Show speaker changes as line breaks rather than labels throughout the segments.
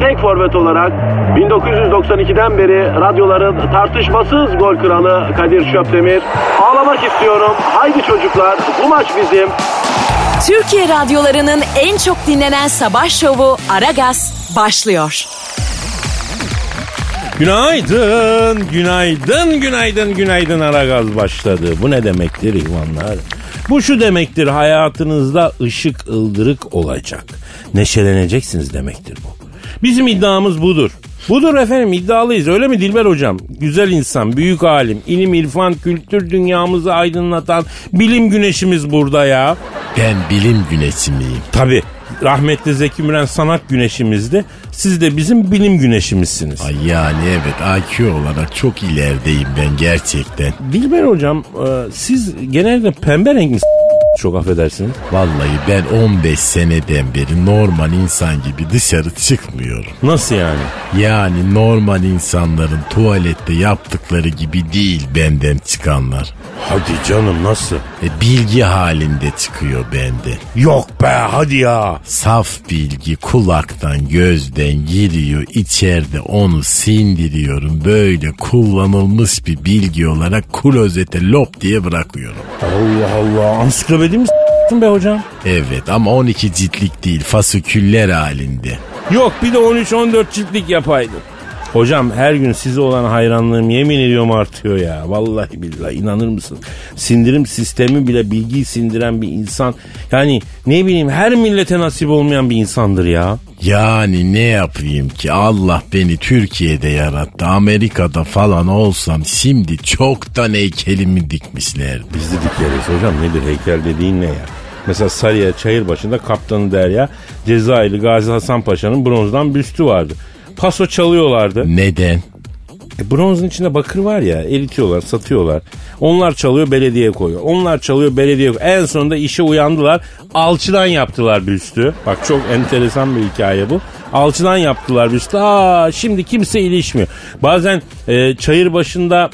tek forvet olarak 1992'den beri radyoların tartışmasız gol kralı Kadir Şöpdemir. Ağlamak istiyorum. Haydi çocuklar bu maç bizim.
Türkiye radyolarının en çok dinlenen sabah şovu Aragaz başlıyor.
Günaydın, günaydın, günaydın, günaydın Aragaz başladı. Bu ne demektir İvanlar? Bu şu demektir hayatınızda ışık ıldırık olacak. Neşeleneceksiniz demektir bu. Bizim iddiamız budur. Budur efendim iddialıyız öyle mi Dilber hocam? Güzel insan, büyük alim, ilim, irfan, kültür dünyamızı aydınlatan bilim güneşimiz burada ya.
Ben bilim güneşi miyim?
Tabi rahmetli Zeki Müren sanat güneşimizdi. Siz de bizim bilim güneşimizsiniz.
Ay yani evet IQ olarak çok ilerideyim ben gerçekten.
Dilber hocam e, siz genelde pembe renkli s- çok affedersiniz.
Vallahi ben 15 seneden beri normal insan gibi dışarı çıkmıyorum.
Nasıl yani?
Yani normal insanların tuvalette yaptıkları gibi değil benden çıkanlar.
Hadi canım nasıl?
E, bilgi halinde çıkıyor bende.
Yok be hadi ya.
Saf bilgi kulaktan gözden giriyor içeride onu sindiriyorum böyle kullanılmış bir bilgi olarak klozete lop diye bırakıyorum.
Allah Allah ansiklopedi mi s**tın be hocam?
Evet ama 12 ciltlik değil fasiküller halinde.
Yok bir de 13-14 ciltlik yapaydım. Hocam her gün size olan hayranlığım yemin ediyorum artıyor ya. Vallahi billahi inanır mısın? Sindirim sistemi bile bilgiyi sindiren bir insan. Yani ne bileyim her millete nasip olmayan bir insandır ya.
Yani ne yapayım ki Allah beni Türkiye'de yarattı Amerika'da falan olsam şimdi çoktan heykelimi dikmişlerdi.
Biz de dikeriz hocam nedir heykel dediğin ne ya? Mesela Sarıyer çayır başında Kaptanı Derya Cezayirli Gazi Hasan Paşa'nın bronzdan büstü vardı. Paso çalıyorlardı.
Neden?
E, bronzun içinde bakır var ya eritiyorlar satıyorlar. Onlar çalıyor belediye koyuyor. Onlar çalıyor belediye koyuyor. En sonunda işe uyandılar. Alçıdan yaptılar büstü. Bak çok enteresan bir hikaye bu. Alçıdan yaptılar büstü. Aa şimdi kimse ilişmiyor. Bazen e, çayır başında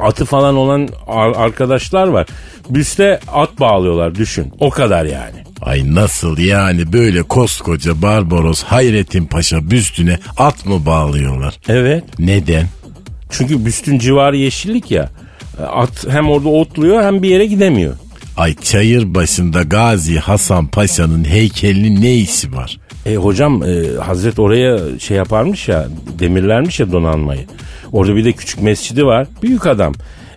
atı falan olan ar- arkadaşlar var. Büste at bağlıyorlar düşün. O kadar yani.
Ay nasıl yani böyle koskoca Barbaros Hayrettin Paşa büstüne at mı bağlıyorlar?
Evet.
Neden?
Çünkü büstün civarı yeşillik ya. E, At hem orada otluyor hem bir yere gidemiyor.
Ay çayır başında Gazi Hasan Paşa'nın heykelinin ne işi var?
E hocam e, Hazret oraya şey yaparmış ya demirlermiş ya donanmayı. Orada bir de küçük mescidi var. Büyük adam.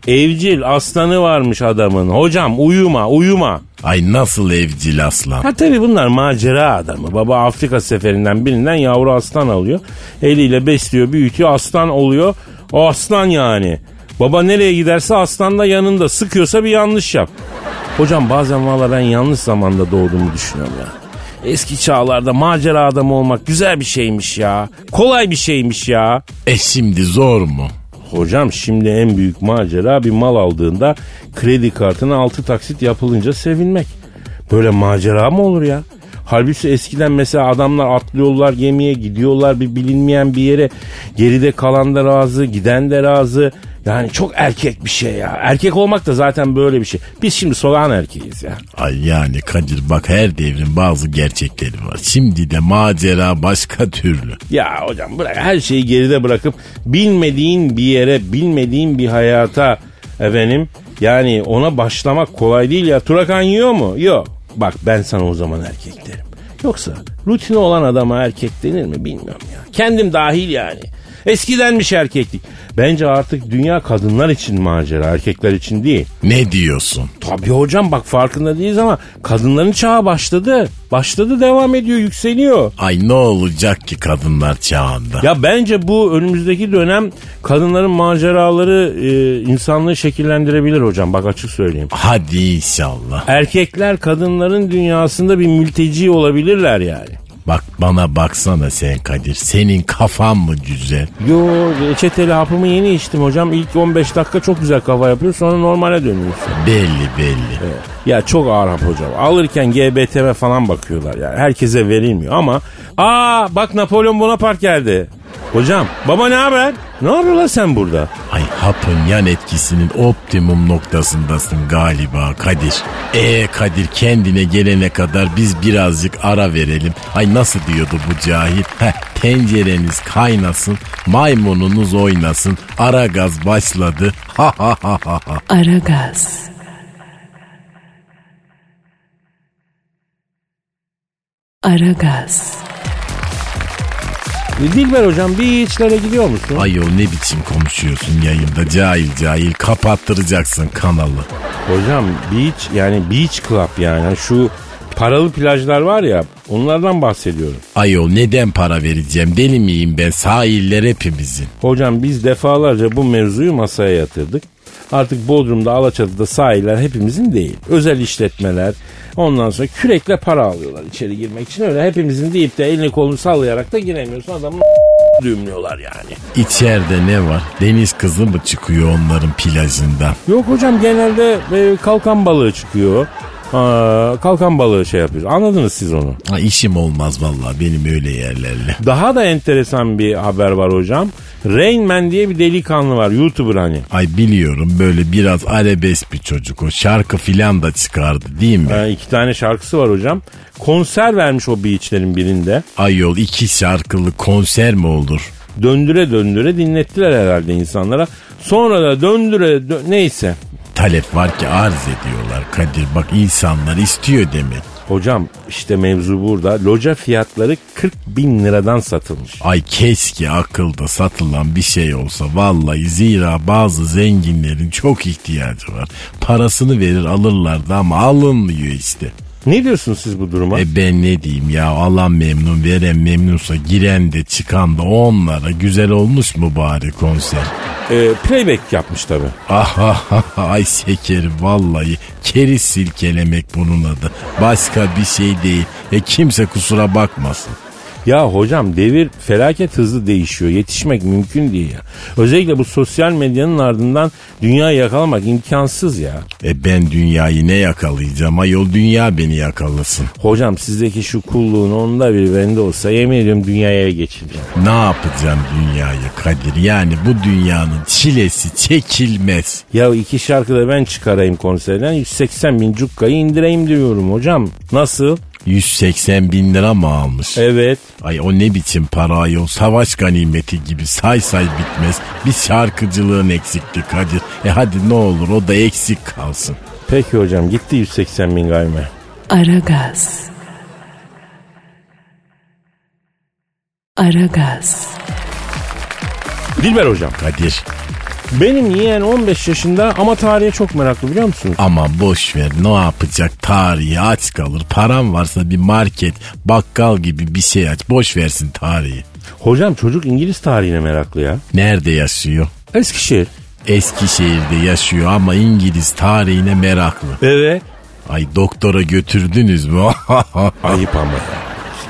Evcil aslanı varmış adamın. Hocam uyuma uyuma.
Ay nasıl evcil aslan?
Ha tabii bunlar macera adamı. Baba Afrika seferinden birinden yavru aslan alıyor. Eliyle besliyor büyütüyor aslan oluyor. O aslan yani. Baba nereye giderse aslan da yanında. Sıkıyorsa bir yanlış yap. Hocam bazen valla ben yanlış zamanda doğduğumu düşünüyorum ya. Eski çağlarda macera adamı olmak güzel bir şeymiş ya. Kolay bir şeymiş ya.
E şimdi zor mu?
Hocam şimdi en büyük macera bir mal aldığında kredi kartına 6 taksit yapılınca sevinmek. Böyle macera mı olur ya? Halbuki eskiden mesela adamlar atlıyorlar gemiye gidiyorlar bir bilinmeyen bir yere. Geride kalan da razı, giden de razı. Yani çok erkek bir şey ya. Erkek olmak da zaten böyle bir şey. Biz şimdi sokağın erkeğiz ya.
Ay yani Kadir bak her devrin bazı gerçekleri var. Şimdi de macera başka türlü.
Ya hocam bırak her şeyi geride bırakıp bilmediğin bir yere, bilmediğin bir hayata efendim yani ona başlamak kolay değil ya. Turakan yiyor mu? Yok. Bak ben sana o zaman erkek derim. Yoksa rutini olan adama erkek denir mi bilmiyorum ya. Kendim dahil yani. Eskidenmiş erkeklik. Bence artık dünya kadınlar için macera, erkekler için değil.
Ne diyorsun?
Tabii hocam bak farkında değiliz ama kadınların çağı başladı. Başladı devam ediyor, yükseliyor.
Ay ne olacak ki kadınlar çağında?
Ya bence bu önümüzdeki dönem kadınların maceraları e, insanlığı şekillendirebilir hocam. Bak açık söyleyeyim.
Hadi inşallah.
Erkekler kadınların dünyasında bir mülteci olabilirler yani.
Bak bana baksana sen Kadir. Senin kafan mı güzel?
Yo reçeteli hapımı yeni içtim hocam. İlk 15 dakika çok güzel kafa yapıyor sonra normale dönüyorsun.
Belli belli.
Ya çok ağır hap hocam. Alırken GBTM falan bakıyorlar yani. Herkese verilmiyor ama. Aa bak Napolyon Bonaparte geldi. Hocam baba ne haber? Ne yapıyor lan sen burada?
Ay hapın yan etkisinin optimum noktasındasın galiba Kadir. E Kadir kendine gelene kadar biz birazcık ara verelim. Ay nasıl diyordu bu cahil? Heh, tencereniz kaynasın, maymununuz oynasın. Ara gaz başladı. Ha ha ha ha ha.
Aragaz. Aragaz.
E, Dilber hocam bir içlere gidiyor musun?
Ayol ne biçim konuşuyorsun yayında cahil cahil kapattıracaksın kanalı.
Hocam beach yani beach club yani hani şu paralı plajlar var ya onlardan bahsediyorum.
Ayol neden para vereceğim deli miyim ben sahiller hepimizin.
Hocam biz defalarca bu mevzuyu masaya yatırdık. Artık Bodrum'da, Alaçatı'da sahiller hepimizin değil. Özel işletmeler ondan sonra kürekle para alıyorlar içeri girmek için. Öyle hepimizin deyip de elini kolunu sallayarak da giremiyorsun. Adamın düğümlüyorlar yani.
İçeride ne var deniz kızı mı çıkıyor onların plajından.
Yok hocam genelde e, kalkan balığı çıkıyor. Aa, kalkan balığı şey yapıyor. Anladınız siz onu.
Ha, işim olmaz vallahi benim öyle yerlerle.
Daha da enteresan bir haber var hocam. Rain Man diye bir delikanlı var. YouTuber hani.
Ay biliyorum böyle biraz arabesk bir çocuk o şarkı filan da çıkardı değil mi?
Ee, iki tane şarkısı var hocam. Konser vermiş o beachlerin birinde.
Ayol iki şarkılı konser mi olur?
Döndüre döndüre dinlettiler herhalde insanlara. Sonra da döndüre dö- neyse.
Talep var ki arz ediyorlar Kadir bak insanlar istiyor demek.
Hocam işte mevzu burada. Loca fiyatları 40 bin liradan satılmış.
Ay keşke akılda satılan bir şey olsa vallahi zira bazı zenginlerin çok ihtiyacı var. Parasını verir alırlardı ama alınmıyor işte.
Ne diyorsunuz siz bu duruma?
E ben ne diyeyim ya alan memnun veren memnunsa giren de çıkan da onlara güzel olmuş mu bari konser?
Ee, playback yapmış tabii.
Ah ah ah, ah, ay şekerim vallahi keriz silkelemek bunun adı. Başka bir şey değil. E kimse kusura bakmasın.
Ya hocam devir felaket hızlı değişiyor. Yetişmek mümkün değil ya. Özellikle bu sosyal medyanın ardından dünyayı yakalamak imkansız ya.
E ben dünyayı ne yakalayacağım ayol dünya beni yakalasın.
Hocam sizdeki şu kulluğun onda bir bende olsa yemin ediyorum dünyaya ele geçireceğim.
Ne yapacağım dünyayı Kadir? Yani bu dünyanın çilesi çekilmez.
Ya iki şarkı da ben çıkarayım konserden 180 bin cukkayı indireyim diyorum hocam. Nasıl?
180 bin lira mı almış?
Evet.
Ay o ne biçim para ayol savaş ganimeti gibi say say bitmez. Bir şarkıcılığın eksikti Kadir. E hadi ne olur o da eksik kalsın.
Peki hocam gitti 180 bin gayme.
Aragaz. Aragaz.
Dilber hocam.
Kadir
Benim yeğen 15 yaşında ama tarihe çok meraklı biliyor musunuz?
ama boş ver ne yapacak tarihi aç kalır. Param varsa bir market bakkal gibi bir şey aç boş versin tarihi.
Hocam çocuk İngiliz tarihine meraklı ya.
Nerede yaşıyor?
Eskişehir.
Eskişehir'de yaşıyor ama İngiliz tarihine meraklı.
Evet.
Ay doktora götürdünüz mü?
Ayıp ama ya.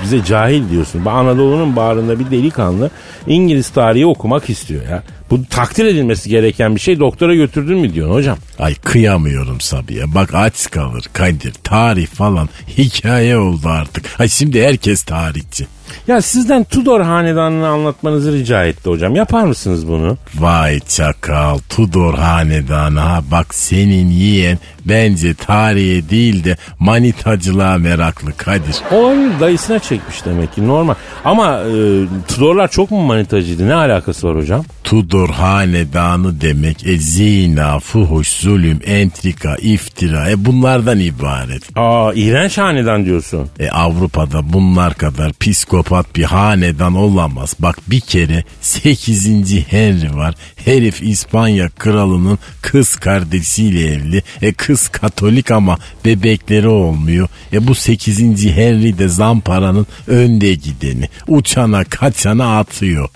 Bize cahil diyorsun. Ba- Anadolu'nun bağrında bir delikanlı İngiliz tarihi okumak istiyor ya. Bu takdir edilmesi gereken bir şey. Doktora götürdün mü diyorsun hocam.
Ay kıyamıyorum Sabiha. Bak aç kalır Kadir. Tarih falan hikaye oldu artık. Ay şimdi herkes tarihçi.
Ya sizden Tudor hanedanını anlatmanızı rica etti hocam. Yapar mısınız bunu?
Vay çakal Tudor hanedanı ha bak senin yiyen bence tarihe değil de manitacılığa meraklı Kadir.
Olabilir dayısına çekmiş demek ki normal. Ama e, Tudorlar çok mu manitacıydı? Ne alakası var hocam?
Tudor hanedanı demek. E zina, fuhuş, zulüm, entrika, iftira. E bunlardan ibaret.
Aa iğrenç hanedan diyorsun.
E Avrupa'da bunlar kadar psikopat bir hanedan olamaz. Bak bir kere 8. Henry var. Herif İspanya kralının kız kardeşiyle evli. E kız katolik ama bebekleri olmuyor. E bu 8. Henry de zamparanın önde gideni. Uçana kaçana atıyor.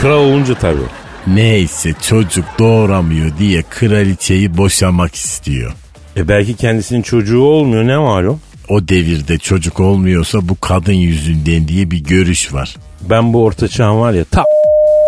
Kral olunca tabii.
Neyse çocuk doğuramıyor diye kraliçeyi boşamak istiyor.
E belki kendisinin çocuğu olmuyor ne malum.
O devirde çocuk olmuyorsa bu kadın yüzünden diye bir görüş var.
Ben bu orta çağın var ya ta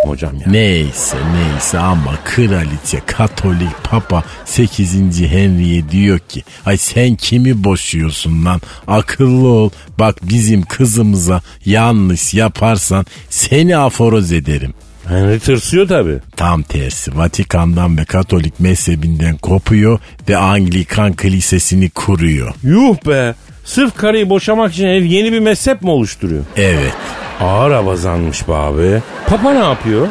hocam ya.
Neyse neyse ama kraliçe, katolik, papa 8. Henry'e diyor ki ay sen kimi boşuyorsun lan akıllı ol bak bizim kızımıza yanlış yaparsan seni aforoz ederim.
Henry tırsıyor tabii.
Tam tersi Vatikan'dan ve Katolik mezhebinden kopuyor ve Anglikan kilisesini kuruyor.
Yuh be. Sırf karıyı boşamak için herif yeni bir mezhep mi oluşturuyor?
Evet
Ağır abazanmış be abi. Papa ne yapıyor?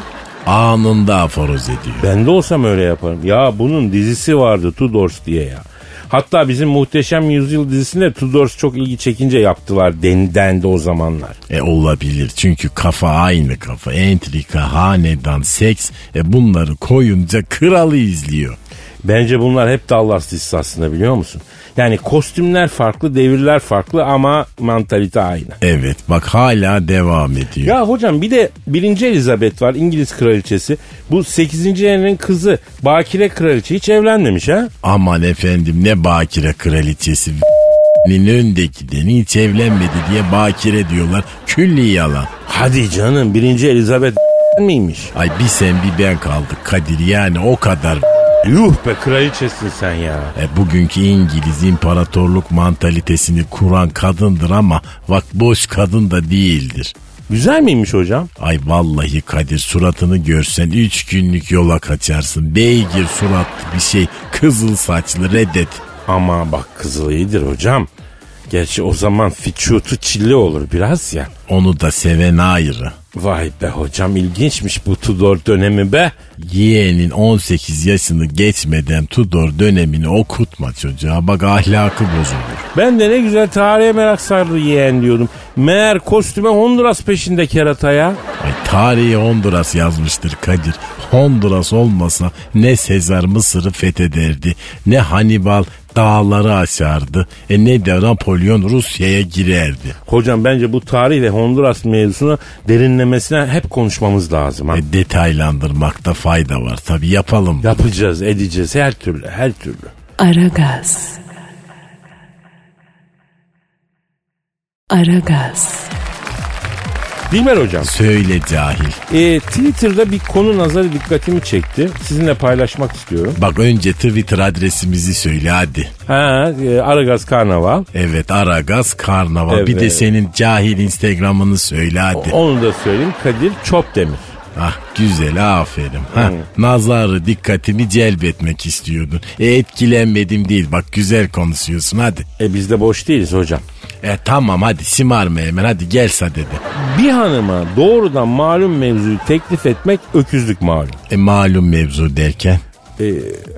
anında aforoz ediyor.
Ben de olsam öyle yaparım. Ya bunun dizisi vardı Tudors diye ya. Hatta bizim Muhteşem Yüzyıl dizisinde Tudors çok ilgi çekince yaptılar den, dendi o zamanlar.
E olabilir çünkü kafa aynı kafa. Entrika, hanedan, seks e bunları koyunca kralı izliyor.
Bence bunlar hep Dallas dizisi aslında biliyor musun? Yani kostümler farklı, devirler farklı ama mantalite aynı.
Evet bak hala devam ediyor.
Ya hocam bir de 1. Elizabeth var İngiliz kraliçesi. Bu 8. Henry'nin kızı Bakire kraliçe hiç evlenmemiş ha?
Aman efendim ne bakire kraliçesi nin öndeki deni hiç evlenmedi diye bakire diyorlar. Külli yalan.
Hadi canım 1. Elizabeth miymiş?
Ay bir sen bir ben kaldık Kadir yani o kadar.
Yuh be kraliçesin sen ya.
E, bugünkü İngiliz imparatorluk mantalitesini kuran kadındır ama bak boş kadın da değildir.
Güzel miymiş hocam?
Ay vallahi Kadir suratını görsen üç günlük yola kaçarsın. Beygir suratlı bir şey kızıl saçlı reddet.
Ama bak kızıl iyidir hocam. Gerçi o zaman fiçutu çilli olur biraz ya.
Onu da seven ayrı.
Vay be hocam ilginçmiş bu Tudor dönemi be.
Yeğenin 18 yaşını geçmeden Tudor dönemini okutma çocuğa. Bak ahlakı bozulur.
Ben de ne güzel tarihe merak sardı yeğen diyordum. Meğer kostüme Honduras peşinde kerata ya.
Ay tarihi Honduras yazmıştır Kadir. Honduras olmasa ne Sezar Mısır'ı fethederdi, ne Hannibal dağları aşardı, e ne de Napolyon Rusya'ya girerdi.
Hocam bence bu tarih ve Honduras mevzusuna derinlemesine hep konuşmamız lazım. Ha.
E detaylandırmakta fayda var tabi yapalım.
Yapacağız, edeceğiz her türlü, her türlü.
Aragaz. Aragaz.
Dilber hocam,
Söyle cahil.
e, Twitter'da bir konu nazarı dikkatimi çekti. Sizinle paylaşmak istiyorum.
Bak önce Twitter adresimizi söyle hadi.
Ha, e, Aragaz Karnaval.
Evet Aragaz Karnaval. Bir de
Evet.
senin cahil Instagram'ını söyle hadi.
Onu da söyleyeyim, Kadir Çopdemir.
Ah güzel aferin. Ha, nazarı dikkatimi celbetmek istiyordun. E, etkilenmedim değil bak güzel konuşuyorsun hadi.
E biz de boş değiliz hocam.
E tamam hadi simarma hemen hadi gel sadede.
Bir hanıma doğrudan malum mevzuyu teklif etmek öküzlük malum.
E malum mevzu derken.
E,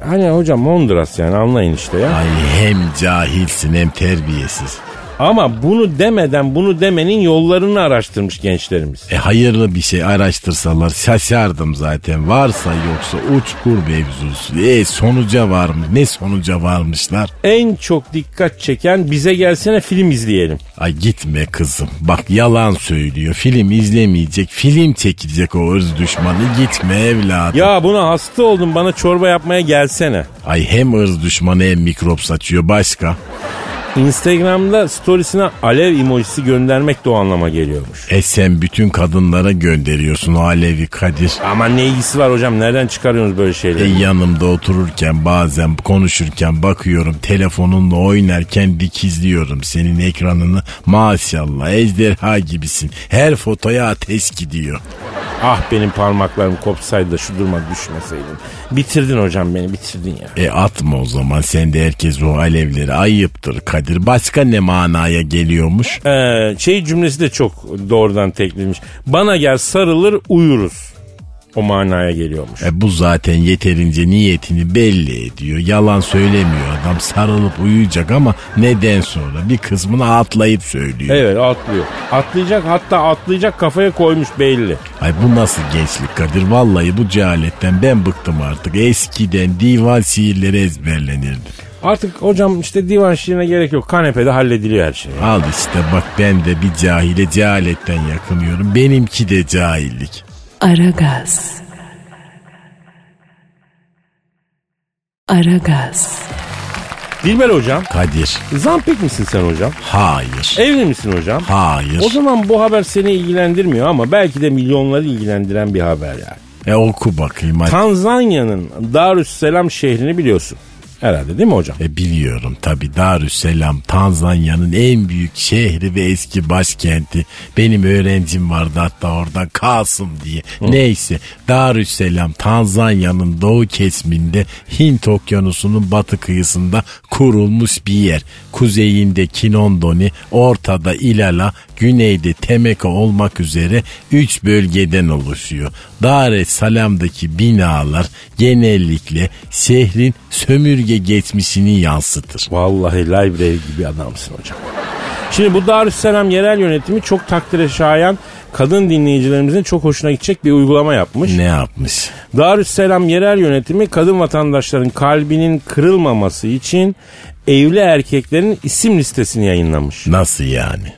hani hocam Honduras yani anlayın işte ya.
Ay hem cahilsin hem terbiyesiz.
Ama bunu demeden bunu demenin yollarını araştırmış gençlerimiz.
E hayırlı bir şey araştırsalar şaşardım zaten. Varsa yoksa uçkur mevzusu. E sonuca var mı? Ne sonuca varmışlar?
En çok dikkat çeken bize gelsene film izleyelim.
Ay gitme kızım. Bak yalan söylüyor. Film izlemeyecek. Film çekecek o ırz düşmanı. Gitme evladım.
Ya buna hasta oldum bana çorba yapmaya gelsene.
Ay hem ırz düşmanı hem mikrop saçıyor. Başka?
Instagram'da storiesine alev emojisi göndermek de o anlama geliyormuş.
E sen bütün kadınlara gönderiyorsun o Alevi Kadir.
Ama ne ilgisi var hocam nereden çıkarıyorsunuz böyle
E
şeyleri?
yanımda otururken bazen konuşurken bakıyorum telefonunla oynarken dikizliyorum senin ekranını maşallah ejderha gibisin her fotoya ateş gidiyor.
Ah benim parmaklarım kopsaydı da şu duruma düşmeseydim. Bitirdin hocam beni bitirdin ya.
E atma o zaman sen de herkes o alevleri ayıptır Kadir başka ne manaya geliyormuş?
Ee, şey cümlesi de çok doğrudan teklifmiş. Bana gel sarılır uyuruz. O manaya geliyormuş.
E bu zaten yeterince niyetini belli ediyor. Yalan söylemiyor adam. Sarılıp uyuyacak ama neden sonra bir kısmını atlayıp söylüyor.
Evet atlıyor. Atlayacak hatta atlayacak kafaya koymuş belli.
Ay bu nasıl gençlik Kadir? Vallahi bu cehaletten ben bıktım artık. Eskiden divan şiirleri ezberlenirdi.
Artık hocam işte divan şiirine gerek yok. Kanepede hallediliyor her şey.
Al işte bak ben de bir cahile cehaletten yakınıyorum. Benimki de cahillik.
Aragaz. Aragaz.
Dilber hocam.
Kadir.
Zampik misin sen hocam?
Hayır.
Evli misin hocam?
Hayır.
O zaman bu haber seni ilgilendirmiyor ama belki de milyonları ilgilendiren bir haber yani.
E oku bakayım hadi.
Tanzanya'nın Darüsselam şehrini biliyorsun. Herhalde değil mi hocam?
E biliyorum tabi Darüsselam Tanzanya'nın en büyük şehri ve eski başkenti. Benim öğrencim vardı hatta orada Kasım diye. Neyse Darüsselam Tanzanya'nın doğu kesiminde Hint okyanusunun batı kıyısında kurulmuş bir yer. Kuzeyinde Kinondoni, ortada Ilala, güneyde Temeka olmak üzere 3 bölgeden oluşuyor. Dar es Salam'daki binalar genellikle şehrin sömürge geçmişini yansıtır.
Vallahi library gibi adamsın hocam. Şimdi bu Darüsselam yerel yönetimi çok takdire şayan kadın dinleyicilerimizin çok hoşuna gidecek bir uygulama yapmış.
Ne yapmış?
Darüsselam yerel yönetimi kadın vatandaşların kalbinin kırılmaması için evli erkeklerin isim listesini yayınlamış.
Nasıl yani?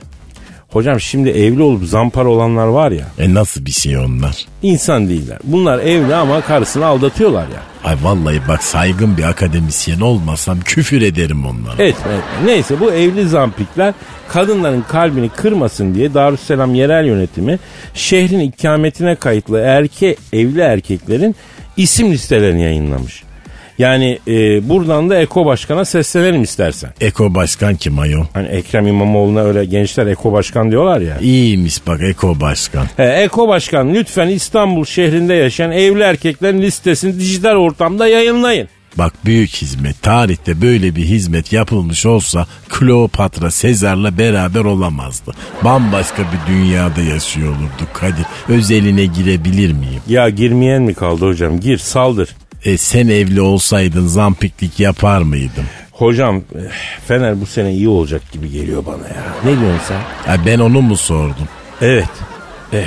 Hocam şimdi evli olup zampar olanlar var ya
E nasıl bir şey onlar?
insan değiller. Bunlar evli ama karısını aldatıyorlar ya.
Ay vallahi bak saygın bir akademisyen olmasam küfür ederim onlara.
Etme etme. Neyse bu evli zampikler kadınların kalbini kırmasın diye Darüsselam yerel yönetimi şehrin ikametine kayıtlı erke evli erkeklerin isim listelerini yayınlamış. Yani e, buradan da Eko Başkan'a seslenelim istersen.
Eko başkan kim ayol?
Hani Ekrem İmamoğlu'na öyle gençler Eko Başkan diyorlar ya.
İyiymiş bak Eko başkan.
He, Eko Başkan lütfen İstanbul şehrinde yaşayan evli erkeklerin listesini dijital ortamda yayınlayın.
Bak büyük hizmet. Tarihte böyle bir hizmet yapılmış olsa Kleopatra Sezar'la beraber olamazdı. Bambaşka bir dünyada yaşıyor olurduk Kadir. Özeline girebilir miyim?
Ya girmeyen mi kaldı hocam? Gir saldır.
E sen evli olsaydın zampiklik yapar mıydın?
Hocam eh, Fener bu sene iyi olacak gibi geliyor bana ya. Ne diyorsun sen?
Ha, ben onu mu sordum?
Evet. Eh.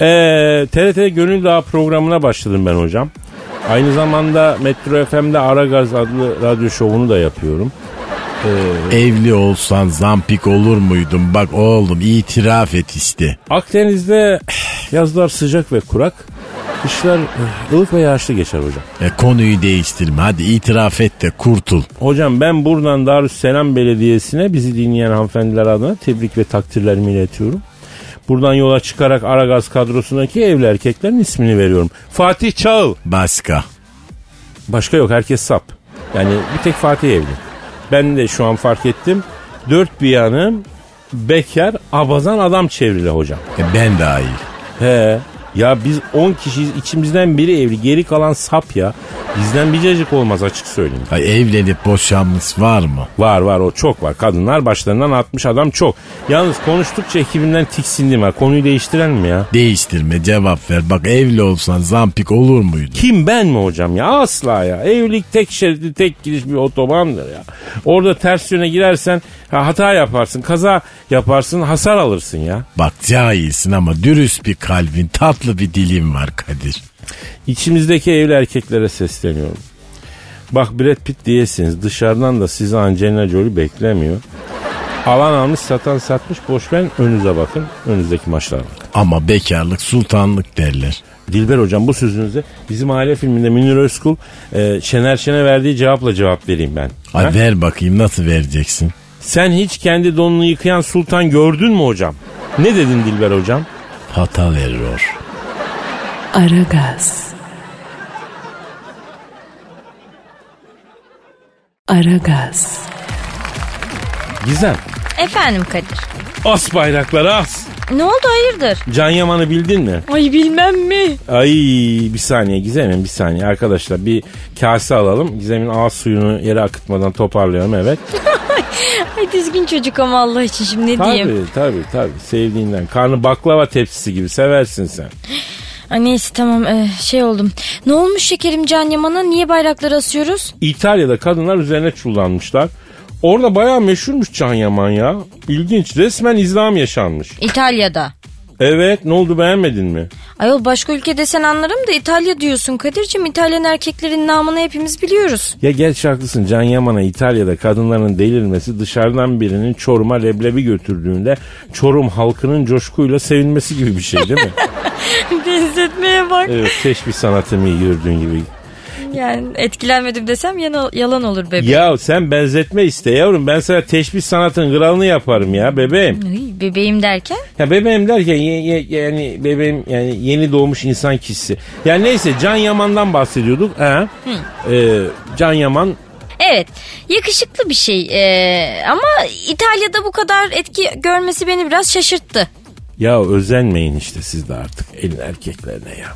Ee, TRT Gönül Dağı programına başladım ben hocam. Aynı zamanda Metro FM'de Aragaz adlı radyo şovunu da yapıyorum.
Evli olsan zampik olur muydun? Bak oğlum itiraf et işte.
Akdeniz'de eh, yazlar sıcak ve kurak, kışlar eh, ılık ve yağışlı geçer hocam.
E, konuyu değiştirme hadi itiraf et de kurtul.
Hocam ben buradan Darüsselam Belediyesi'ne bizi dinleyen hanımefendiler adına tebrik ve takdirlerimi iletiyorum. Buradan yola çıkarak Aragaz kadrosundaki evli erkeklerin ismini veriyorum. Fatih Çağıl.
Başka.
Başka yok herkes sap. Yani bir tek Fatih evli. Ben de şu an fark ettim. Dört bir yanım bekar abazan adam çevrili hocam.
E, ben dahil.
He. Ya biz 10 kişiyiz içimizden biri evli geri kalan sap ya. Bizden bir cacık olmaz açık söyleyeyim.
Ay, evlenip boşanmış var mı?
Var var o çok var. Kadınlar başlarından atmış adam çok. Yalnız konuştukça ekibimden tiksindim ha. Konuyu değiştiren mi ya?
Değiştirme cevap ver. Bak evli olsan zampik olur muydun?
Kim ben mi hocam ya? Asla ya. Evlilik tek şeritli tek giriş bir otobandır ya. Orada ters yöne girersen ha, hata yaparsın, kaza yaparsın, hasar alırsın ya.
Bak cahilsin ama dürüst bir kalbin, tatlı bir dilin var Kadir.
İçimizdeki evli erkeklere sesleniyorum. Bak Brad Pitt diyesiniz. Dışarıdan da sizi Angelina Jolie beklemiyor. Alan almış, satan satmış. Boş verin önünüze bakın. Önünüzdeki maçlara bakın.
Ama bekarlık sultanlık derler.
Dilber hocam bu sözünüzü bizim aile filminde Münir Özkul e, Şener Şen'e verdiği cevapla cevap vereyim ben.
Ay
Ha?
ver bakayım nasıl vereceksin?
Sen hiç kendi donunu yıkayan sultan gördün mü hocam? Ne dedin Dilber hocam?
Hata veriyor.
Aragaz. Aragaz.
Gizem.
Efendim Kadir.
As bayrakları as.
Ne oldu hayırdır?
Can Yaman'ı bildin mi?
Ay bilmem mi?
Ay bir saniye Gizem'im bir saniye arkadaşlar bir kase alalım. Gizem'in ağız suyunu yere akıtmadan toparlayalım evet.
Ay düzgün çocuk ama Allah için şimdi ne diyeyim.
Tabii tabii tabii sevdiğinden. Karnı baklava tepsisi gibi seversin sen.
Ay neyse tamam e, şey oldum. Ne olmuş şekerim Can Yaman'a niye bayrakları asıyoruz?
İtalya'da kadınlar üzerine çullanmışlar. Orada bayağı meşhurmuş Can Yaman ya. İlginç resmen izlam yaşanmış.
İtalya'da.
Evet ne oldu beğenmedin mi?
Ayol başka ülke desen anlarım da İtalya diyorsun Kadir'cim. İtalyan erkeklerin namını hepimiz biliyoruz.
Ya gerçi haklısın Can Yaman'a İtalya'da kadınların delirmesi dışarıdan birinin Çorum'a leblebi götürdüğünde Çorum halkının coşkuyla sevinmesi gibi bir şey değil mi?
Benzetmeye bak.
evet teşbih sanatımı yürüdüğün gibi.
Yani etkilenmedim desem yana- yalan olur bebeğim.
Ya sen benzetme iste yavrum ben sana teşbih sanatın kralını yaparım ya bebeğim.
Ay, bebeğim derken?
Ya bebeğim derken ye- ye- yani bebeğim yani yeni doğmuş insan kişisi. Yani neyse Can Yaman'dan bahsediyorduk. Ha? Ee, Can Yaman
Evet yakışıklı bir şey Ee, ama İtalya'da bu kadar etki görmesi beni biraz şaşırttı.
Ya özenmeyin işte siz de artık elin erkeklerine ya.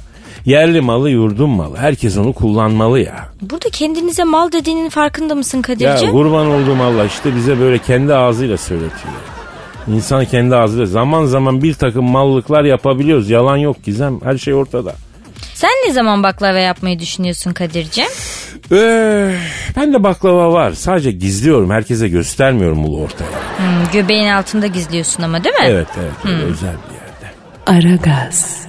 Yerli malı yurdun malı. Herkes onu kullanmalı ya.
Burada kendinize mal dediğinin farkında mısın
Ya
Kadir'cim?
kurban olduğum Allah işte bize böyle kendi ağzıyla söyletiyor. İnsan kendi ağzıyla zaman zaman bir takım mallıklar yapabiliyoruz. Yalan yok Gizem. Her şey ortada.
Sen ne zaman baklava yapmayı düşünüyorsun Kadir'cim?
Ee, ben de baklava var. Sadece gizliyorum. Herkese göstermiyorum ulu ortaya.
Hmm, göbeğin altında gizliyorsun ama değil mi?
Evet evet. öyle Özel bir yerde.
Aragaz.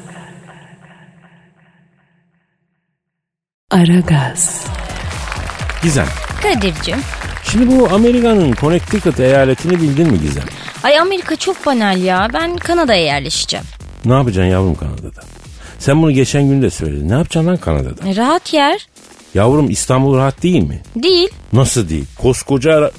Aragaz.
Gizem.
Kadir'cim.
Şimdi bu Amerika'nın Connecticut eyaletini bildin mi Gizem?
Ay Amerika çok banal ya. Ben Kanada'ya yerleşeceğim.
Ne yapacaksın yavrum Kanada'da? Sen bunu geçen gün de söyledin. Ne yapacaksın lan Kanada'da?
E, Rahat yer.
Yavrum İstanbul rahat değil mi?
Değil.
Nasıl değil? Koskoca ara-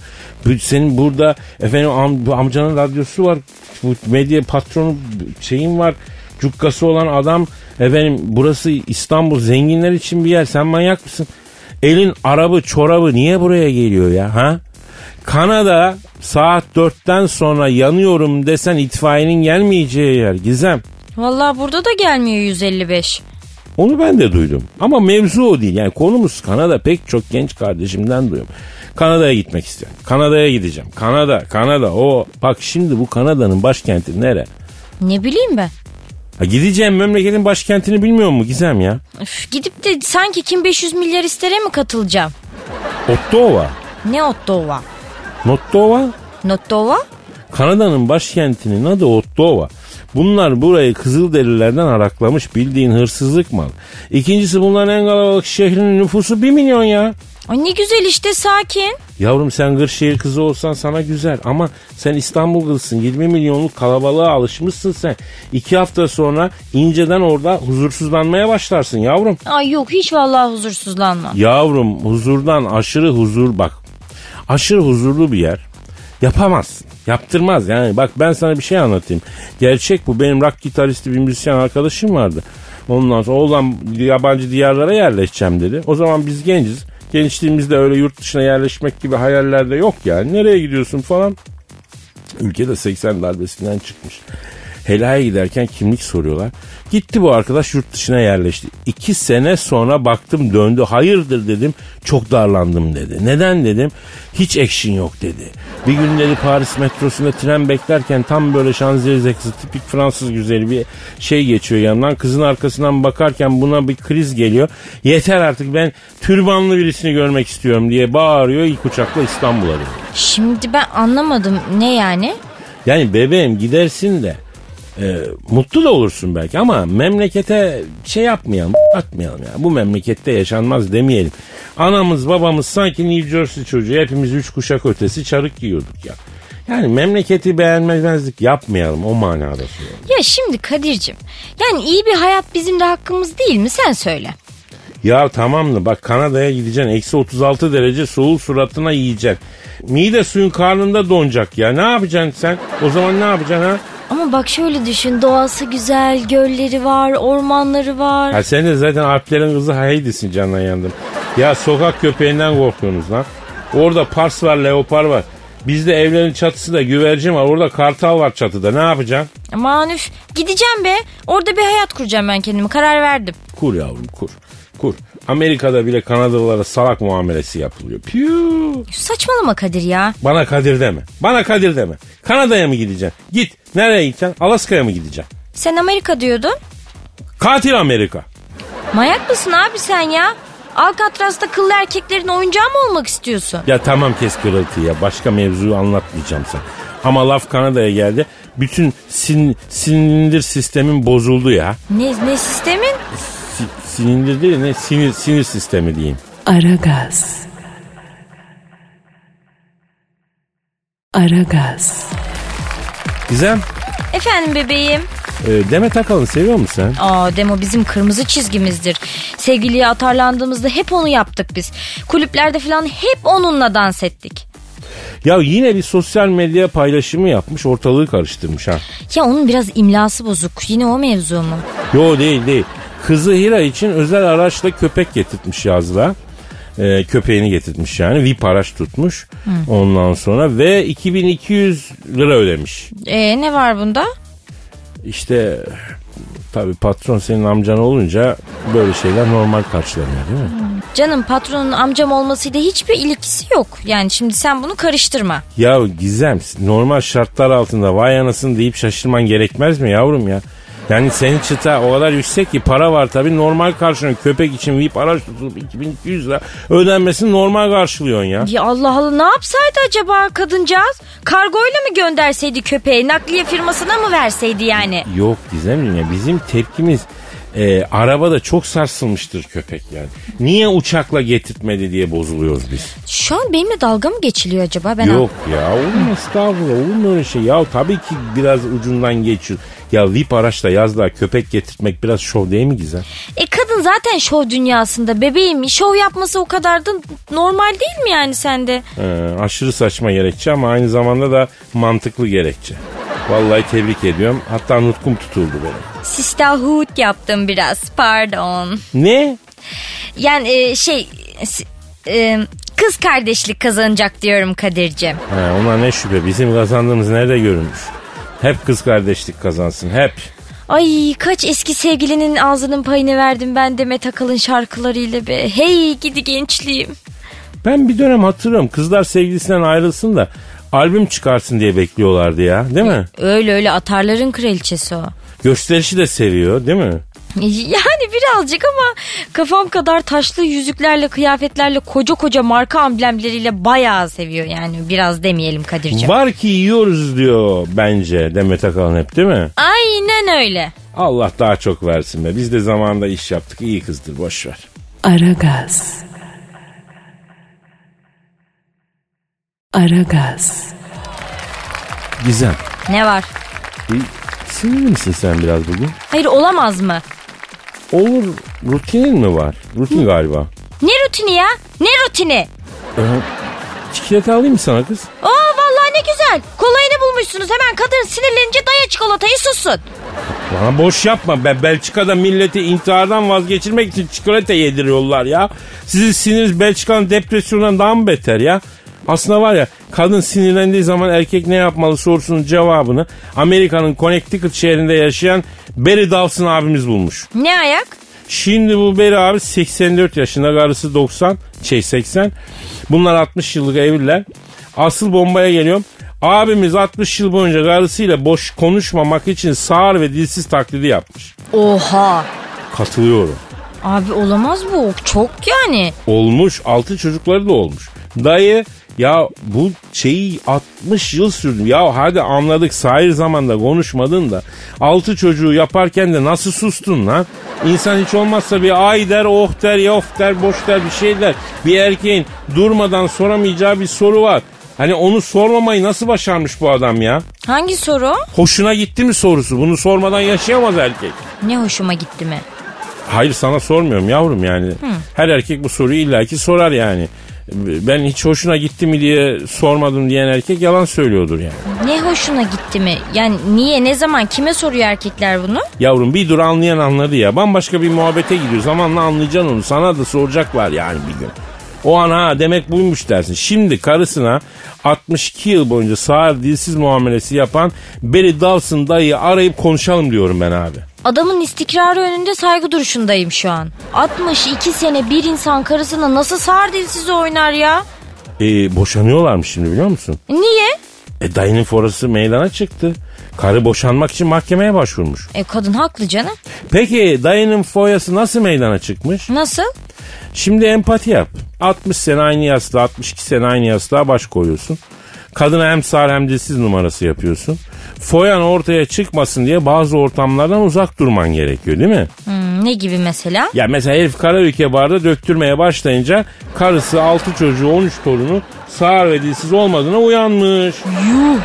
bu- senin burada efendim am- bu amcanın radyosu var. Bu medya patronu şeyin var. Cukkası olan adam efendim burası İstanbul zenginler için bir yer. Sen manyak mısın? Elin arabı çorabı niye buraya geliyor ya? Ha? Kanada saat dörtten sonra yanıyorum desen itfaiyenin gelmeyeceği yer. Gizem.
Vallahi burada da gelmiyor 155.
Onu ben de duydum. Ama mevzu o değil. Yani konumuz Kanada. Pek çok genç kardeşimden duyuyorum. Kanada'ya gitmek istiyorum. Kanada'ya gideceğim. Kanada, Kanada. O bak şimdi bu Kanada'nın başkenti nere?
Ne bileyim ben.
Ha gideceğim memleketin başkentini bilmiyor mu Gizem ya?
Üf, gidip de sanki kim 500 milyar istere mi katılacağım?
Ottawa.
Ne Ottawa?
Ottawa.
Ottawa?
Kanada'nın başkentinin adı Ottawa. Bunlar burayı Kızılderililerden araklamış bildiğin hırsızlık mal. İkincisi bunların en kalabalık şehrinin nüfusu 1 milyon ya.
Ay ne güzel işte sakin.
Yavrum sen Gırşehir kızı olsan sana güzel ama sen İstanbul kızısın. 20 milyonluk kalabalığa alışmışsın sen. İki hafta sonra inceden orada huzursuzlanmaya başlarsın yavrum.
Ay yok hiç vallahi huzursuzlanma.
Yavrum huzurdan aşırı huzur bak. Aşırı huzurlu bir yer. Yapamazsın. Yaptırmaz yani. Bak ben sana bir şey anlatayım. Gerçek bu. Benim rock gitaristi bir müzisyen arkadaşım vardı. Ondan sonra oğlan yabancı diyarlara yerleşeceğim dedi. O zaman biz genciz. Gençliğimizde öyle yurt dışına yerleşmek gibi hayaller de yok yani. Nereye gidiyorsun falan. Ülkede 80 darbesinden çıkmış. Helaya giderken kimlik soruyorlar. Gitti bu arkadaş yurt dışına yerleşti. İki sene sonra baktım döndü. Hayırdır dedim. Çok darlandım dedi. Neden dedim. Hiç action yok dedi. Bir gün dedi Paris metrosunda tren beklerken tam böyle Şanzelize kızı tipik Fransız güzeli bir şey geçiyor yanından. Kızın arkasından bakarken buna bir kriz geliyor. Yeter artık ben türbanlı birisini görmek istiyorum diye bağırıyor. İlk uçakla İstanbul'a dönüyor.
Şimdi ben anlamadım ne yani?
Yani bebeğim gidersin de e, mutlu da olursun belki ama memlekete şey yapmayalım, atmayalım ya. Bu memlekette yaşanmaz demeyelim. Anamız babamız sanki New Jersey çocuğu hepimiz üç kuşak ötesi çarık giyiyorduk ya. Yani memleketi beğenmezlik yapmayalım o manada söylüyorum.
Ya şimdi Kadir'cim yani iyi bir hayat bizim de hakkımız değil mi sen söyle.
Ya tamam da bak Kanada'ya gideceksin eksi 36 derece soğuk suratına yiyeceksin. Mide suyun karnında donacak ya ne yapacaksın sen? O zaman ne yapacaksın ha?
Ama bak şöyle düşün doğası güzel, gölleri var, ormanları var.
Ha sen de zaten Alplerin kızı Heidi'sin canına yandım. Ya sokak köpeğinden korkuyorsunuz lan. Orada pars var, leopar var. Bizde evlerin çatısı da güvercin var. Orada kartal var çatıda. Ne yapacaksın?
Aman üf gideceğim be. Orada bir hayat kuracağım ben kendime karar verdim.
Kur yavrum kur. Kur. Amerika'da bile Kanadalılara salak muamelesi yapılıyor. Piu.
Saçmalama Kadir ya.
Bana Kadir deme. Bana Kadir deme. Kanada'ya mı gideceksin? Git. Nereye gideceksin? Alaska'ya mı gideceksin?
Sen Amerika diyordun.
Katil Amerika.
Mayak mısın abi sen ya? Alcatraz'da kıllı erkeklerin oyuncağı mı olmak istiyorsun?
Ya tamam kes gürültüyü ya. Başka mevzuyu anlatmayacağım sana. Ama laf Kanada'ya geldi. Bütün sin, silindir sistemin bozuldu ya.
Ne, ne sistemin?
Si- silindir değil ne? Sinir, sinir sistemi diyeyim.
Aragaz. Aragaz.
Gizem,
Efendim bebeğim.
e, Demet Akalın seviyor musun sen?
Aa Demo bizim kırmızı çizgimizdir. Sevgiliye atarlandığımızda hep onu yaptık biz. Kulüplerde falan hep onunla dans ettik.
Ya yine bir sosyal medya paylaşımı yapmış ortalığı karıştırmış ha.
Ya onun biraz imlası bozuk. Yine o mevzu mu?
Yo değil değil. Kızı Hira için özel araçla köpek getirtmiş yazla. Ee, köpeğini getirtmiş yani. VIP araç tutmuş. Ondan sonra ve 2200 lira ödemiş.
Ee ne var bunda?
İşte tabii patron senin amcan olunca böyle şeyler normal karşılanıyor değil mi?
Canım patronun amcam olmasıyla hiçbir ilgisi yok. Yani şimdi sen bunu karıştırma.
Ya Gizem normal şartlar altında vay anasını deyip şaşırman gerekmez mi yavrum ya? Yani senin çıta o kadar yüksek ki para var tabii normal karşılıyorsun. Köpek için VIP araç tutulup 2200 lira ödenmesini normal karşılıyorsun ya.
Ya Allah Allah ne yapsaydı acaba kadıncağız? Kargoyla mı gönderseydi köpeği? Nakliye firmasına mı verseydi yani?
Yok Gizemciğim ya bizim tepkimiz e, arabada çok sarsılmıştır köpek yani. Niye uçakla getirtmedi diye bozuluyoruz biz.
Şu an benimle dalga mı geçiliyor acaba? Ben
Yok ya oğlum estağfurullah olur mu öyle şey? Ya tabii ki biraz ucundan geçiyor. Ya VIP araçla yazla köpek getirtmek biraz şov değil mi Gizem?
E kadın zaten şov dünyasında bebeğim. Şov yapması o kadar da normal değil mi yani sende?
Ee, aşırı saçma gerekçe ama aynı zamanda da mantıklı gerekçe. Vallahi tebrik ediyorum. Hatta nutkum tutuldu benim.
Sistahut yaptım biraz pardon.
Ne?
Yani e, şey si- e, kız kardeşlik kazanacak diyorum Kadir'cim.
Ha, ona ne şüphe. Bizim kazandığımız nerede görülmüş? Hep kız kardeşlik kazansın. Hep.
Ay kaç eski sevgilinin ağzının payını verdim ben Demet Akalın şarkılarıyla be. Hey gidi gençliğim.
Ben bir dönem hatırlıyorum. Kızlar sevgilisinden ayrılsın da albüm çıkarsın diye bekliyorlardı ya. Değil mi?
Öyle öyle atarların kraliçesi o.
Gösterişi de seviyor değil mi?
Yani birazcık ama kafam kadar taşlı yüzüklerle, kıyafetlerle, koca koca marka amblemleriyle bayağı seviyor yani. Biraz demeyelim Kadir'ciğim.
Var ki yiyoruz diyor bence Demet Akalın hep değil mi?
Aynen öyle.
Allah daha çok versin be. Biz de zamanında iş yaptık. İyi kızdır boş ver.
Aragaz. Aragaz.
Gizem.
Ne var?
Bir Sinirli misin sen biraz bugün?
Hayır olamaz mı?
Olur rutinin mi var? Rutin galiba.
Ne rutini ya? Ne rutini?
Ee, çikolata alayım mı sana kız?
Aa vallahi ne güzel. Kolayını bulmuşsunuz. Hemen kadın sinirlenince daya çikolatayı sussun.
Bana boş yapma. Ben Belçika'da milleti intihardan vazgeçirmek için çikolata yediriyorlar ya. Sizin siniriniz Belçika'nın depresyonundan daha mı beter ya? Aslında var ya kadın sinirlendiği zaman erkek ne yapmalı sorusunun cevabını Amerika'nın Connecticut şehrinde yaşayan Barry Dawson abimiz bulmuş.
Ne ayak?
Şimdi bu Beri abi 84 yaşında karısı 90 şey 80. Bunlar 60 yıllık evliler. Asıl bombaya geliyorum. Abimiz 60 yıl boyunca karısıyla boş konuşmamak için sağır ve dilsiz taklidi yapmış.
Oha.
Katılıyorum.
Abi olamaz bu. Çok yani.
Olmuş 6 çocukları da olmuş. Dayı ya bu şeyi 60 yıl sürdüm. Ya hadi anladık sahir zamanda konuşmadın da 6 çocuğu yaparken de nasıl sustun lan? İnsan hiç olmazsa bir ay der, oh der, yof der, boş der bir şey der. Bir erkeğin durmadan soramayacağı bir soru var. Hani onu sormamayı nasıl başarmış bu adam ya?
Hangi soru?
Hoşuna gitti mi sorusu? Bunu sormadan yaşayamaz erkek.
Ne hoşuma gitti mi?
Hayır sana sormuyorum yavrum yani. Her erkek bu soruyu illaki sorar yani. Ben hiç hoşuna gitti mi diye sormadım diyen erkek yalan söylüyordur yani.
Ne hoşuna gitti mi? Yani niye, ne zaman, kime soruyor erkekler bunu?
Yavrum bir dur anlayan anladı ya. Bambaşka bir muhabbete gidiyor. Zamanla anlayacaksın onu. Sana da soracaklar yani bir gün. O an ha demek buymuş dersin. Şimdi karısına 62 yıl boyunca sağır dilsiz muamelesi yapan Barry Dawson dayıyı arayıp konuşalım diyorum ben abi.
Adamın istikrarı önünde saygı duruşundayım şu an. 62 sene bir insan karısına nasıl sağır dilsiz oynar ya?
E, boşanıyorlarmış şimdi biliyor musun?
Niye?
E dayının forası meydana çıktı. Karı boşanmak için mahkemeye başvurmuş.
E kadın haklı canım.
Peki dayının foyası nasıl meydana çıkmış?
Nasıl?
Şimdi empati yap. 60 sene aynı yastığa, 62 sene aynı yastığa baş koyuyorsun. Kadına hem sağır hem dilsiz numarası yapıyorsun. Foyan ortaya çıkmasın diye bazı ortamlardan uzak durman gerekiyor değil mi?
Hmm, ne gibi mesela?
Ya mesela herif Karabük'e barda döktürmeye başlayınca karısı 6 çocuğu 13 torunu sağır ve dilsiz olmadığına uyanmış.
Yuh.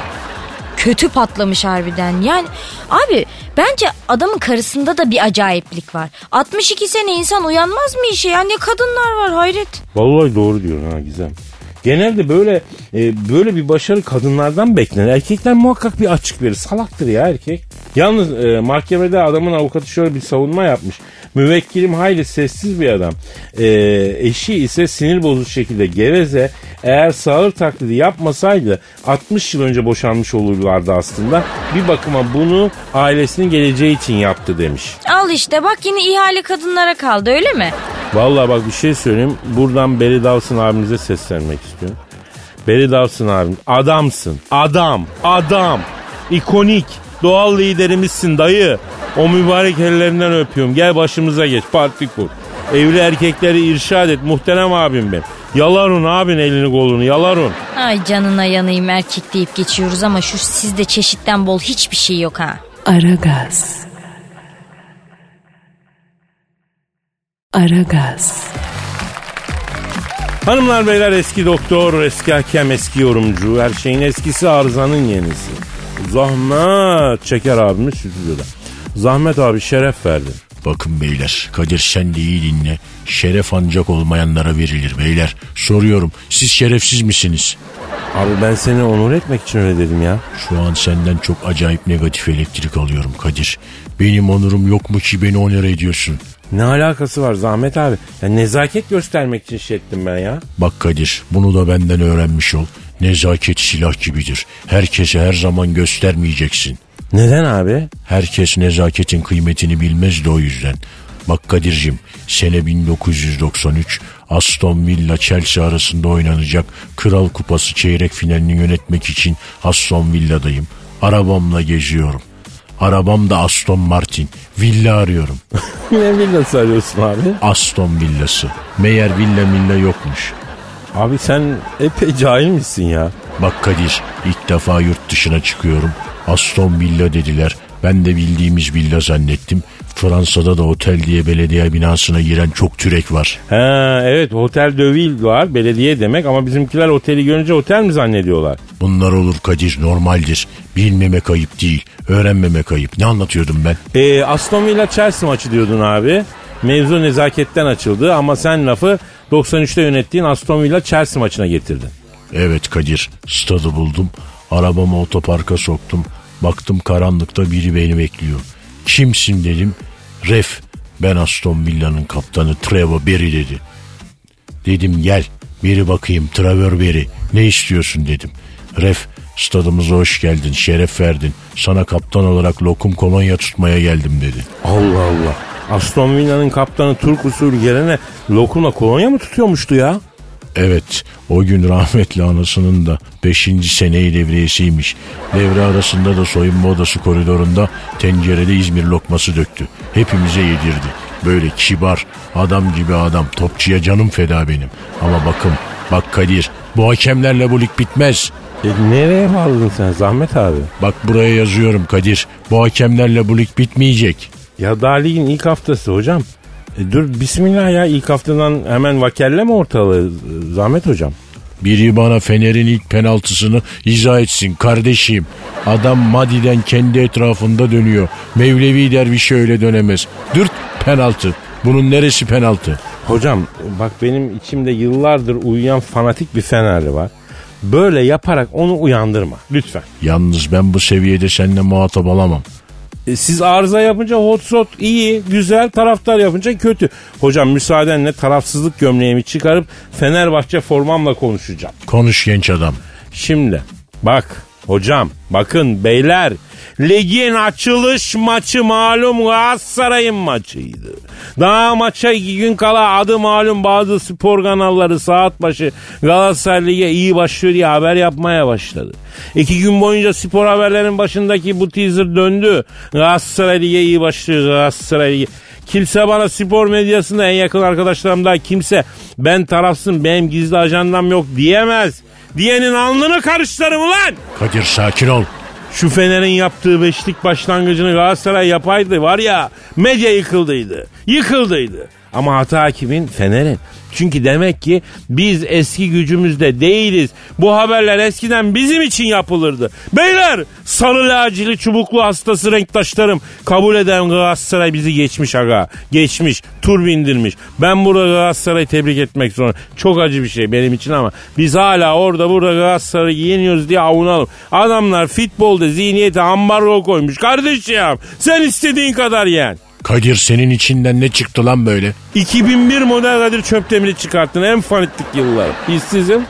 Kötü patlamış harbiden. Yani abi bence adamın karısında da bir acayiplik var. 62 sene insan uyanmaz mı işe? Ya ne kadınlar var hayret.
Vallahi doğru diyorsun ha Gizem. Genelde böyle e, böyle bir başarı kadınlardan beklenir. Erkekler muhakkak bir açık verir. Salaktır ya erkek. Yalnız e, mahkemede adamın avukatı şöyle bir savunma yapmış. Müvekkilim hayli sessiz bir adam. E, eşi ise sinir bozucu şekilde geveze. Eğer sağır taklidi yapmasaydı 60 yıl önce boşanmış olurlardı aslında. Bir bakıma bunu ailesinin geleceği için yaptı demiş.
Al işte bak yine ihale kadınlara kaldı öyle mi?
Vallahi bak bir şey söyleyeyim. Buradan Barry Dawson abimize seslenmek istiyorum. Barry Dawson abim adamsın. Adam. Adam. İkonik. Doğal liderimizsin dayı. O mübarek ellerinden öpüyorum. Gel başımıza geç. Parti kur. Evli erkekleri irşad et. Muhterem abim benim. Yalarun abin elini kolunu. Yalarun.
Ay canına yanayım erkek deyip geçiyoruz ama şu sizde çeşitten bol hiçbir şey yok ha.
Aragaz. Aragaz.
Hanımlar beyler eski doktor, eski hakem, eski yorumcu. Her şeyin eskisi arızanın yenisi. Zahmet çeker abimiz stüdyoda. Zahmet abi şeref verdi.
Bakın beyler Kadir sen de iyi dinle. Şeref ancak olmayanlara verilir beyler. Soruyorum siz şerefsiz misiniz?
Abi ben seni onur etmek için öyle dedim ya.
Şu an senden çok acayip negatif elektrik alıyorum Kadir. Benim onurum yok mu ki beni onur ediyorsun?
Ne alakası var Zahmet abi? Ya nezaket göstermek için şey ettim ben ya.
Bak Kadir bunu da benden öğrenmiş ol. Nezaket silah gibidir. Herkese her zaman göstermeyeceksin.
Neden abi?
Herkes nezaketin kıymetini bilmez de o yüzden. Bak Kadir'cim sene 1993 Aston Villa Chelsea arasında oynanacak Kral Kupası çeyrek finalini yönetmek için Aston Villa'dayım. Arabamla geziyorum. Arabam da Aston Martin. Villa arıyorum.
ne villası arıyorsun abi?
Aston Villası. Meğer villa milla yokmuş.
Abi sen epey cahil misin ya?
Bak Kadir ilk defa yurt dışına çıkıyorum. Aston Villa dediler. Ben de bildiğimiz villa zannettim. Fransa'da da otel diye belediye binasına giren çok türek var.
Ha evet Hotel de Ville var belediye demek ama bizimkiler oteli görünce otel mi zannediyorlar?
Bunlar olur Kadir normaldir. Bilmemek ayıp değil. Öğrenmemek ayıp. Ne anlatıyordum ben?
Ee, Aston Villa Chelsea maçı diyordun abi. Mevzu nezaketten açıldı ama sen lafı 93'te yönettiğin Aston Villa Chelsea maçına getirdin.
Evet Kadir stadı buldum. Arabamı otoparka soktum. Baktım karanlıkta biri beni bekliyor. Kimsin dedim. Ref ben Aston Villa'nın kaptanı Trevor Berry dedi. Dedim gel biri bakayım Trevor Berry ne istiyorsun dedim. Ref stadımıza hoş geldin şeref verdin. Sana kaptan olarak lokum kolonya tutmaya geldim dedi.
Allah Allah. Aston Villa'nın kaptanı Türk usulü gelene lokumla kolonya mı tutuyormuştu ya?
Evet, o gün rahmetli anasının da 5. seneyi devriyesiymiş. Devre arasında da soyunma odası koridorunda tencerede İzmir lokması döktü. Hepimize yedirdi. Böyle kibar, adam gibi adam, topçuya canım feda benim. Ama bakın, bak Kadir, bu hakemlerle bu lig bitmez.
E, nereye bağladın sen Zahmet abi?
Bak buraya yazıyorum Kadir, bu hakemlerle bu lig bitmeyecek.
Ya daha ligin ilk haftası hocam. E, dur bismillah ya ilk haftadan hemen vakelle mi ortalığı e, Zahmet hocam?
Biri bana Fener'in ilk penaltısını izah etsin kardeşim. Adam Madi'den kendi etrafında dönüyor. Mevlevi dervişi öyle dönemez. Dürt penaltı. Bunun neresi penaltı?
Hocam bak benim içimde yıllardır uyuyan fanatik bir Fenerli var. Böyle yaparak onu uyandırma lütfen.
Yalnız ben bu seviyede seninle muhatap olamam.
E, siz arıza yapınca hot shot iyi, güzel, taraftar yapınca kötü. Hocam müsaadenle tarafsızlık gömleğimi çıkarıp Fenerbahçe formamla konuşacağım.
Konuş genç adam.
Şimdi bak hocam bakın beyler ligin açılış maçı malum Galatasaray'ın maçıydı. Daha maça iki gün kala adı malum bazı spor kanalları saat başı Galatasaray Lig'e iyi başlıyor diye haber yapmaya başladı. İki gün boyunca spor haberlerin başındaki bu teaser döndü. Galatasaray Lig'e iyi başlıyor Galatasaray Lig'e. Kimse bana spor medyasında en yakın arkadaşlarım daha kimse ben tarafsın benim gizli ajandam yok diyemez. Diyenin alnını karıştırırım ulan.
Kadir sakin ol.
Şu Fener'in yaptığı beşlik başlangıcını Galatasaray yapaydı var ya medya yıkıldıydı. Yıkıldıydı. Ama hata kimin? Fener'in. Çünkü demek ki biz eski gücümüzde değiliz. Bu haberler eskiden bizim için yapılırdı. Beyler sarı lacili çubuklu hastası renktaşlarım kabul eden Galatasaray bizi geçmiş aga. Geçmiş. Tur bindirmiş. Ben burada Galatasaray'ı tebrik etmek zorunda. Çok acı bir şey benim için ama biz hala orada burada Galatasaray'ı yeniyoruz diye avunalım. Adamlar futbolda zihniyete ambargo koymuş. Kardeşim sen istediğin kadar yen.
Kadir senin içinden ne çıktı lan böyle?
2001 model Kadir Çöpdemir'i çıkarttın. En fanatik yıllarım. İşsizim.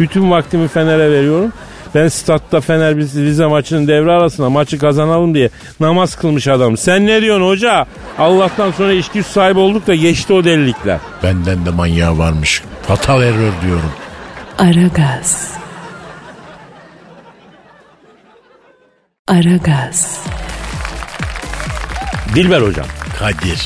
Bütün vaktimi Fener'e veriyorum. Ben statta Fener biz Rize maçının devre arasında maçı kazanalım diye namaz kılmış adam. Sen ne diyorsun hoca? Allah'tan sonra iş güç sahibi olduk da geçti o delilikler.
Benden de manyağı varmış. Fatal error diyorum.
Aragaz. Aragaz.
Dilber hocam.
Kadir.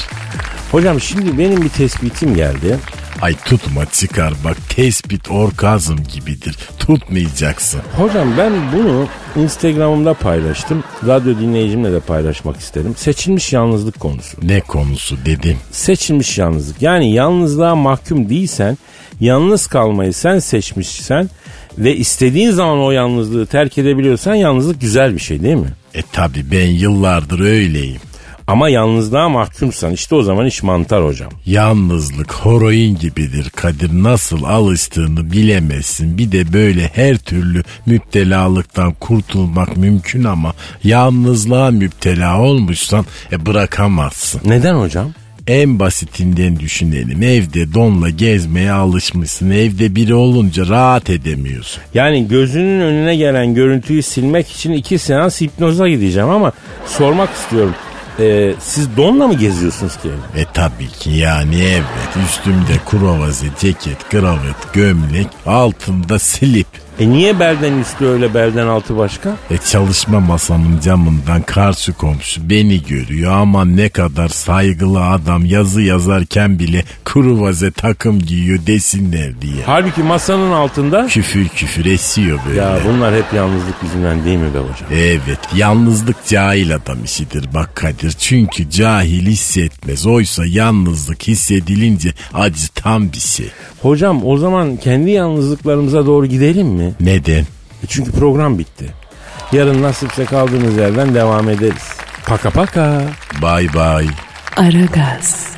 Hocam şimdi benim bir tespitim geldi.
Ay tutma çıkar bak tespit orgazm gibidir. Tutmayacaksın.
Hocam ben bunu Instagram'ımda paylaştım. Radyo dinleyicimle de paylaşmak isterim. Seçilmiş yalnızlık konusu.
Ne konusu dedim.
seçilmiş yalnızlık. Yani yalnızlığa mahkum değilsen, yalnız kalmayı sen seçmişsen ve istediğin zaman o yalnızlığı terk edebiliyorsan yalnızlık güzel bir şey değil mi?
E tabi ben yıllardır öyleyim.
Ama yalnızlığa mahkumsan işte o zaman iş mantar hocam.
Yalnızlık horoin gibidir Kadir nasıl alıştığını bilemezsin. Bir de böyle her türlü müptelalıktan kurtulmak mümkün ama yalnızlığa müptela olmuşsan e, bırakamazsın.
Neden hocam?
En basitinden düşünelim evde donla gezmeye alışmışsın evde biri olunca rahat edemiyorsun.
Yani gözünün önüne gelen görüntüyü silmek için iki seans hipnoza gideceğim ama sormak istiyorum. Ee, siz donla mı geziyorsunuz ki? evde?
E tabii ki yani evet üstümde kurovaze, ceket, kravat, gömlek, altımda slip.
E niye belden üstü öyle belden altı başka?
E çalışma masamın camından karşı komşu beni görüyor ama ne kadar saygılı adam yazı yazarken bile kuruvaze takım giyiyor desinler diye.
Halbuki masanın altında...
Küfür küfür esiyor böyle.
Ya bunlar hep yalnızlık yüzünden değil mi be hocam?
Evet yalnızlık cahil adam işidir bak Kadir. Çünkü cahil hissetmez. Oysa yalnızlık hissedilince acı tam bir şey.
Hocam o zaman kendi yalnızlıklarımıza doğru gidelim mi?
Neden?
E Çünkü program bitti. Yarın nasipse kaldığımız yerden devam ederiz. Paka paka.
Bay bay.
Aragaz.